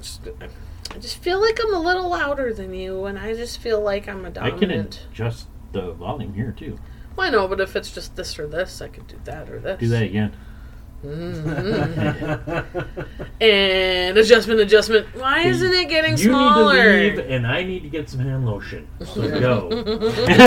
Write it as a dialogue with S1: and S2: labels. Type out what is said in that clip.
S1: s-
S2: I just feel like I'm a little louder than you, and I just feel like I'm a
S1: I can
S2: dominant.
S1: adjust the volume here too.
S2: Well, I know, but if it's just this or this, I could do that or this.
S1: Do that again.
S2: Mhm. and adjustment, adjustment. Why isn't it getting
S1: you
S2: smaller?
S1: need to leave, and I need to get some hand lotion. So go.